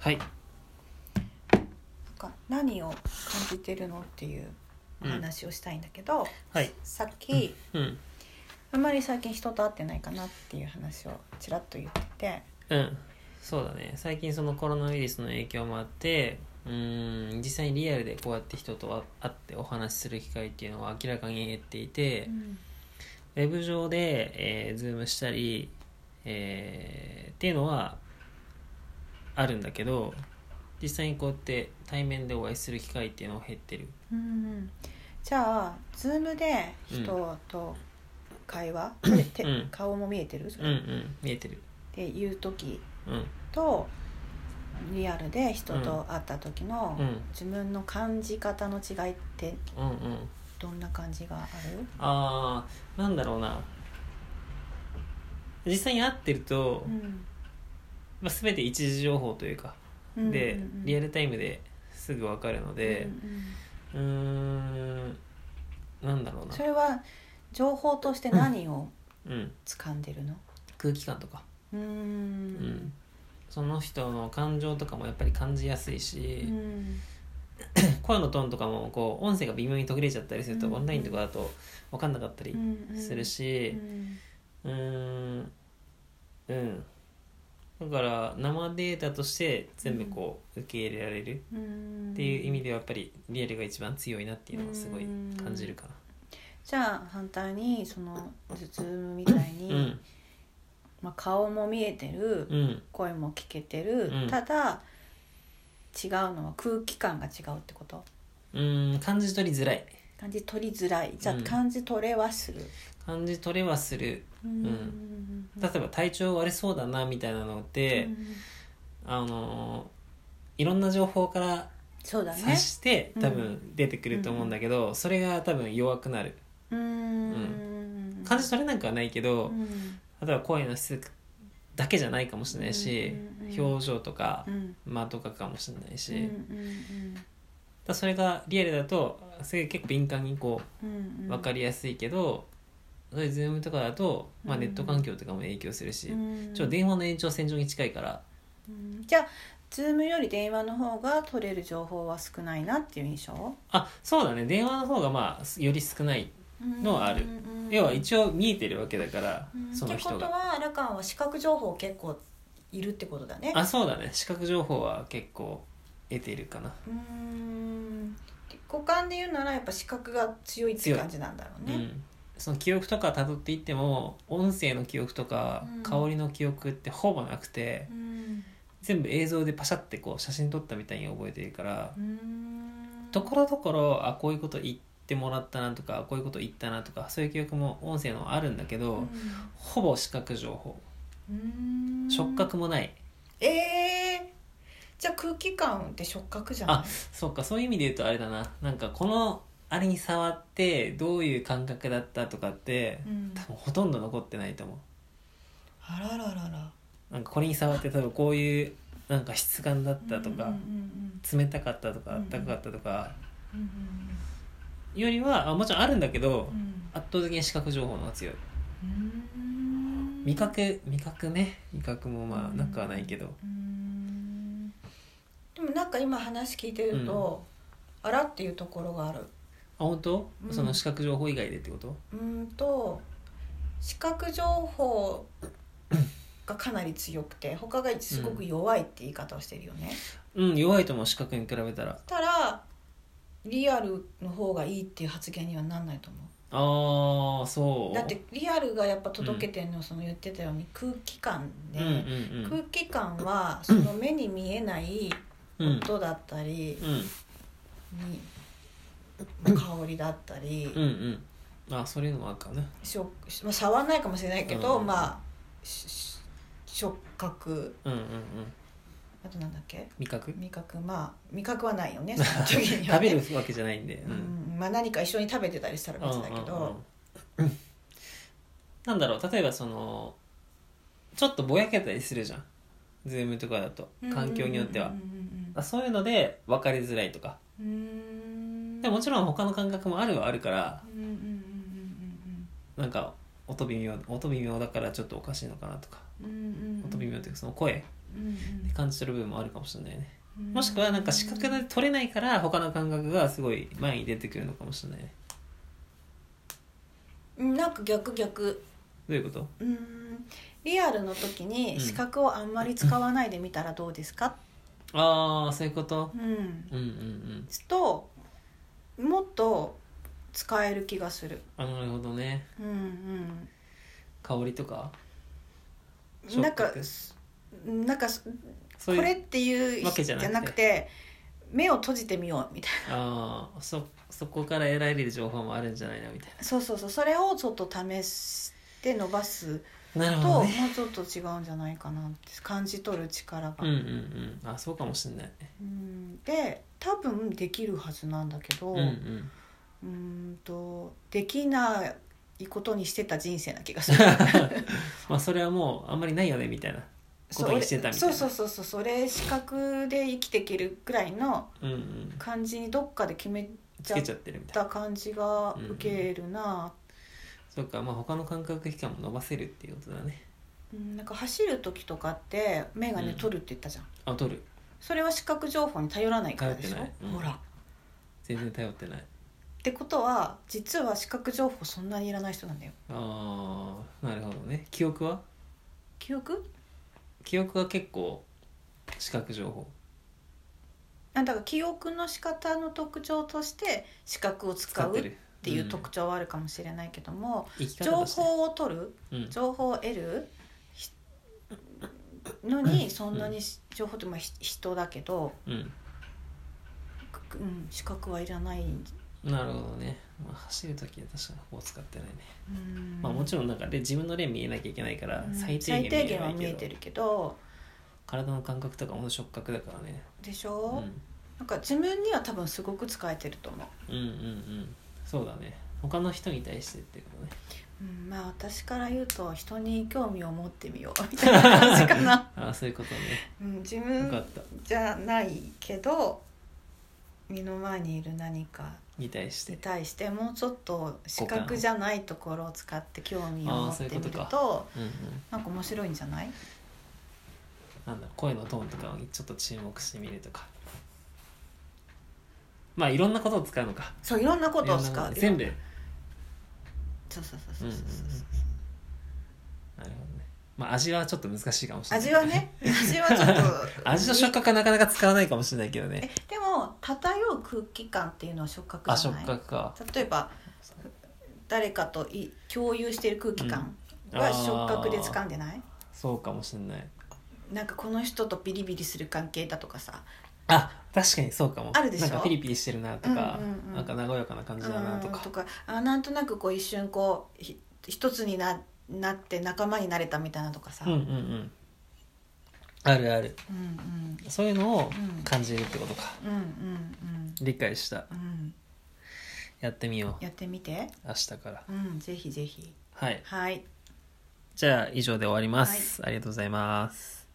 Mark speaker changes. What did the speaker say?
Speaker 1: はい、
Speaker 2: なんか何を感じてるのっていうお
Speaker 1: うん、
Speaker 2: 話をしたいんだけど、
Speaker 1: はい、
Speaker 2: さっき
Speaker 1: うん
Speaker 2: あんまり最近人と会ってないかなっていう話をちらっと言ってて
Speaker 1: うんそうだね最近そのコロナウイルスの影響もあってうーん実際にリアルでこうやって人と会ってお話しする機会っていうのは明らかに減っていて、
Speaker 2: うん
Speaker 1: ウェブ上で、えー、ズームしたり、えーっていうのはあるんだけど実際にこうやって対面でお会いする機会っていうのは減ってる
Speaker 2: うんうんじゃあズームで人と会話、て
Speaker 1: うん
Speaker 2: 顔も見えてる、
Speaker 1: うんうん見えてる
Speaker 2: っていう時
Speaker 1: うん
Speaker 2: とリアルで人と会った時の、
Speaker 1: うん
Speaker 2: 自分の感じ方の違いって
Speaker 1: うんうん
Speaker 2: どんな感じがある
Speaker 1: あーなんだろうな実際に会ってると、
Speaker 2: うん
Speaker 1: まあ、全て一時情報というか
Speaker 2: うん
Speaker 1: で、
Speaker 2: うんうん
Speaker 1: リアルタイムですぐ分かるので
Speaker 2: うんうん
Speaker 1: うーんなんだろうな
Speaker 2: そ、れは情報として何を
Speaker 1: うん、
Speaker 2: 掴んでるの
Speaker 1: 空気感とか
Speaker 2: うー
Speaker 1: うん
Speaker 2: ん、
Speaker 1: その人の感情とかもやっぱり感じやすい
Speaker 2: うん
Speaker 1: し、声のトーンとかもこう音声が微妙に途切れちゃったりすると、
Speaker 2: うん
Speaker 1: オンラインとかだと分かんなかったり
Speaker 2: うん
Speaker 1: する
Speaker 2: う
Speaker 1: し
Speaker 2: ん
Speaker 1: うーんうんだから生データとして全部こう受け入れられる
Speaker 2: うん
Speaker 1: っていう意味ではやっぱりリアルが一番強いなっていうのをすごい感じるか
Speaker 2: じゃあ反対にそのズズームみたい
Speaker 1: な
Speaker 2: に、
Speaker 1: うん
Speaker 2: まあ、顔も見えてる、
Speaker 1: うん
Speaker 2: 声も聞けてる、
Speaker 1: うん
Speaker 2: ただ違うのは空気感が違うってこと
Speaker 1: うん感じ取りづらい
Speaker 2: 感じ取りづらいじゃあ
Speaker 1: うん
Speaker 2: 感じ取れはする、
Speaker 1: 感じ取れはする
Speaker 2: うん
Speaker 1: 例えば体調悪そうだなみたいなのって、
Speaker 2: うん
Speaker 1: あのーいろんな情報から
Speaker 2: そうだ
Speaker 1: 察
Speaker 2: ね
Speaker 1: して、
Speaker 2: うん
Speaker 1: 多分出てくると思うんだけど、それが多分弱くなる
Speaker 2: うーん
Speaker 1: 感じ取れなんかはないけど、
Speaker 2: うん
Speaker 1: 例えば声の質だけじゃないかもしれないし、
Speaker 2: うん
Speaker 1: 表情とか
Speaker 2: う、ん
Speaker 1: 間とかかもしれないし、
Speaker 2: うん
Speaker 1: だか
Speaker 2: うん
Speaker 1: らそれがリアルだとそれ結構敏感にこ
Speaker 2: うん
Speaker 1: う分か
Speaker 2: り
Speaker 1: りやすいけど、そういうズームとかだと、まあ、
Speaker 2: うん
Speaker 1: ネット環境とかも影響するし、ちょっと電話の延長線上に近いから
Speaker 2: じゃあズームより電話の方が取れる情報は少ないなっていう印象
Speaker 1: あそうだね電話の方がまあより少ないのはある要は一応見えてるわけだから、
Speaker 3: うん
Speaker 1: その人
Speaker 3: ってこ
Speaker 1: が
Speaker 3: とはラカンは視覚情報結構いるってことだね
Speaker 1: あそうだね視覚情報は結構得ているかな、
Speaker 3: うーん五感で言うならやっぱ視覚が強いって感じなんだろう
Speaker 1: う
Speaker 3: ね
Speaker 1: ん、その記憶とか辿っていっても音声の記憶とか
Speaker 3: うん
Speaker 1: 香りの記憶ってほぼなくて、
Speaker 3: うん
Speaker 1: 全部映像でパシャってこう写真撮ったみたいに覚えてるから
Speaker 3: うーん
Speaker 1: ところどころあこういうこと言ってもらったなとかこういうこと言ったなとかそういう記憶も音声のあるんだけど、ほぼ視覚情報
Speaker 3: うんうん
Speaker 1: 触覚もない
Speaker 3: ええー、じゃあ空気感って触覚じゃない
Speaker 1: あそうかそういう意味で言うとあれだななんかこのあれに触ってどういう感覚だったとかって
Speaker 3: うん
Speaker 1: 多分ほとんど残ってないと思
Speaker 3: あらららら
Speaker 1: うなんかこれに触って多分こういうなんか質感だったと
Speaker 3: うん
Speaker 1: か
Speaker 3: う、ん
Speaker 1: 冷たかったとか
Speaker 3: うん
Speaker 1: 暖かかったとか
Speaker 3: うんうん
Speaker 1: よりはあもちろんあるんだけど、
Speaker 3: うんうん
Speaker 1: 圧倒的に視覚情報の方が強い
Speaker 3: うん
Speaker 1: 味覚味覚ね味覚もま
Speaker 3: う
Speaker 1: あ
Speaker 3: ん
Speaker 1: なくはないけど、
Speaker 3: うーんでもなんか今話聞いてると、あらっていうところがある
Speaker 1: あ本当、
Speaker 3: うん
Speaker 1: その視覚情報以外でってこと
Speaker 3: うーんと視覚情報がかなり強くて他がすごく弱いって言い方をしてるよね、
Speaker 1: うん弱いと思う視覚に比べたら
Speaker 3: たらリアルの方がいいっていう発言にはなんないと思う
Speaker 1: ああそう
Speaker 3: だってリアルがやっぱ届けてるの、その言ってたように空気感で、
Speaker 1: うんうんうん
Speaker 3: 空気感はその目に見えない
Speaker 1: うん
Speaker 3: 音だったり、
Speaker 1: うん
Speaker 3: に香りだったり、
Speaker 1: うんうんあそういうのもあるかな
Speaker 3: 触まあ、触らないかもしれないけど、
Speaker 1: うん
Speaker 3: まあしし触覚
Speaker 1: うんうんうん
Speaker 3: あとなんだっけ
Speaker 1: 味覚
Speaker 3: 味覚まあ味覚はない よねその時には
Speaker 1: 食
Speaker 3: ね
Speaker 1: べるわけじゃないんで、う
Speaker 3: うんんまあ、何か一緒に食べてたりしたら別だけ
Speaker 1: うんうんうん
Speaker 3: ど、
Speaker 1: なんだろう例えばそのちょっとぼやけたりするじゃんズームとかだと環境によっては、
Speaker 3: うん
Speaker 1: あそういうので分かりづらいとか
Speaker 3: うんうん
Speaker 1: でももちろん他の感覚もあるはあるから
Speaker 3: うんうんうんうん
Speaker 1: なんか音微妙音微妙だからちょっとおかしいのかなとか
Speaker 3: うんうんうんうんうんうん
Speaker 1: 音微妙というかその声
Speaker 3: うん
Speaker 1: 感じ取る部分もあるかもしれないね
Speaker 3: うん
Speaker 1: もしくはなんか視覚で取れないから他の感覚がすごい前に出てくるのかもしれないね
Speaker 3: うんなんか逆逆
Speaker 1: どういうこと
Speaker 3: うーんリアルの時
Speaker 1: うん
Speaker 3: に視覚をあんまり使わないでみたらどうですか、
Speaker 1: ああそういうこと
Speaker 3: うん、
Speaker 1: うんうんうん
Speaker 3: ともっと使える気がする、
Speaker 1: あなるほどね
Speaker 3: うん
Speaker 1: 香りとか
Speaker 3: うん、なんか
Speaker 1: 触覚
Speaker 3: なんか
Speaker 1: そ
Speaker 3: こ
Speaker 1: ういう
Speaker 3: れっていう
Speaker 1: わけじゃなくて
Speaker 3: 目を閉じてみようみたい
Speaker 1: ああそそこから得られる情報もあるんじゃないなみたい
Speaker 3: なそうそうそうそれをちょっと試して伸ばす
Speaker 1: ななる
Speaker 3: と、
Speaker 1: ほど
Speaker 3: も
Speaker 1: ね
Speaker 3: うちょっと違うんじゃないかなって感じ取る力が、
Speaker 1: うんうんうんあそうかもしれない
Speaker 3: うんで多分できるはずなんだけ
Speaker 1: う
Speaker 3: ど、
Speaker 1: んうん
Speaker 3: うーんとできないことにしてた人生な気がす る
Speaker 1: まあそれはもうあんまりないよねみたいなことにしてたみたいな
Speaker 3: そうそうそうそうそれ視覚で生きていけるくらいの
Speaker 1: うんうん
Speaker 3: 感じにどっかで決め
Speaker 1: つけちゃってるみたいな
Speaker 3: た感じが受けるな、
Speaker 1: そうかまあ他の感覚器官も伸ばせるっていうことだね
Speaker 3: うんなんか走る時とかって眼鏡
Speaker 1: うん
Speaker 3: 取るって言ったじゃん、
Speaker 1: あ取る
Speaker 3: それは視覚情報に頼らないからでしょ
Speaker 1: 頼ってないうん
Speaker 3: ほらっ
Speaker 1: 全然頼ってない
Speaker 3: てことは実は視覚情報そんなにいらない人なんだよ
Speaker 1: ああなるほどね記憶は
Speaker 3: 記憶
Speaker 1: 記憶は結構視覚情報
Speaker 3: あだから記憶の仕方の特徴として視覚を使
Speaker 1: 使っ
Speaker 3: う
Speaker 1: て
Speaker 3: っ
Speaker 1: るって
Speaker 3: いう特徴はあるかもしれないけども、
Speaker 1: 生き方
Speaker 3: 情
Speaker 1: として
Speaker 3: 報を取る
Speaker 1: うん
Speaker 3: 情報を得るひのにそんなにし情報ってまあひ人だけど、
Speaker 1: うん
Speaker 3: くうん、資格はいらない
Speaker 1: なるほどね、まあ、走る時は確かにここ使ってないね、
Speaker 3: うん
Speaker 1: まあもちろんなんかで自分の例見えなきゃいけないから
Speaker 3: うん
Speaker 1: 最
Speaker 3: 最
Speaker 1: 低限
Speaker 3: 低限は
Speaker 1: 見
Speaker 3: 見
Speaker 1: え
Speaker 3: え
Speaker 1: な
Speaker 3: て
Speaker 1: いけど
Speaker 3: るけど
Speaker 1: 体の感覚とかも触覚だからね、
Speaker 3: でし
Speaker 1: うん、
Speaker 3: ょ、なんか自分には多分すごく使えてると思う、
Speaker 1: うんうんうんそうだね他の人に対してっていうことね
Speaker 3: うん、まあ私から言うと人に興味を持ってみようみたいな感じか な、
Speaker 1: ああそういうことね
Speaker 3: うん、自
Speaker 1: よか
Speaker 3: 分
Speaker 1: った
Speaker 3: じゃないけど目の前にいる何か
Speaker 1: に対し
Speaker 3: に
Speaker 1: て
Speaker 3: 対してもうちょっと視
Speaker 1: 五感
Speaker 3: 覚じゃないところを使って興味を
Speaker 1: あー
Speaker 3: 持ってみる
Speaker 1: そういうこととうんうん
Speaker 3: なんか面白いんじゃない
Speaker 1: なんだろう声のトーンとかにちょっと注目してみるとかまあいろんなことを使うのか
Speaker 3: そういろんなことを使
Speaker 1: いろんな
Speaker 3: う
Speaker 1: こと全部なる
Speaker 3: そうそうそうそうそうそう
Speaker 1: うんうんうんほどねまあ味はちょっと難しいかもしれない
Speaker 3: 味は ね味はちょっと
Speaker 1: 味と触覚はなかなか使わないかもしれないけどね
Speaker 3: えでも漂う空気感っていうのは触覚
Speaker 1: あ
Speaker 3: じゃ
Speaker 1: 触
Speaker 3: ない
Speaker 1: 覚か
Speaker 3: 例えば誰かとい共有している空気感は触覚で
Speaker 1: う
Speaker 3: 掴んでない、
Speaker 1: そうかもしれない
Speaker 3: なんかこの人とビリビリする関係だとかさ
Speaker 1: あ確かにそうかも
Speaker 3: あるでしょ
Speaker 1: なんかピリピリしてるなとか、
Speaker 3: うんうんうん
Speaker 1: なんか和やかな感じだなと
Speaker 3: うん
Speaker 1: か
Speaker 3: とかあなんとなくこう一瞬こうひ一つにななって仲間になれたみたいなとかさ、
Speaker 1: うんうんうんあるある
Speaker 3: うんうん
Speaker 1: そういうのを
Speaker 3: うん
Speaker 1: 感じるってことか、
Speaker 3: うんうん
Speaker 1: 理解した
Speaker 3: うんうん
Speaker 1: やってみよう
Speaker 3: やってみて
Speaker 1: 明日から
Speaker 3: うんぜひぜひ
Speaker 1: はい
Speaker 3: はい
Speaker 1: じゃあ以上で終わります、ありがとうございます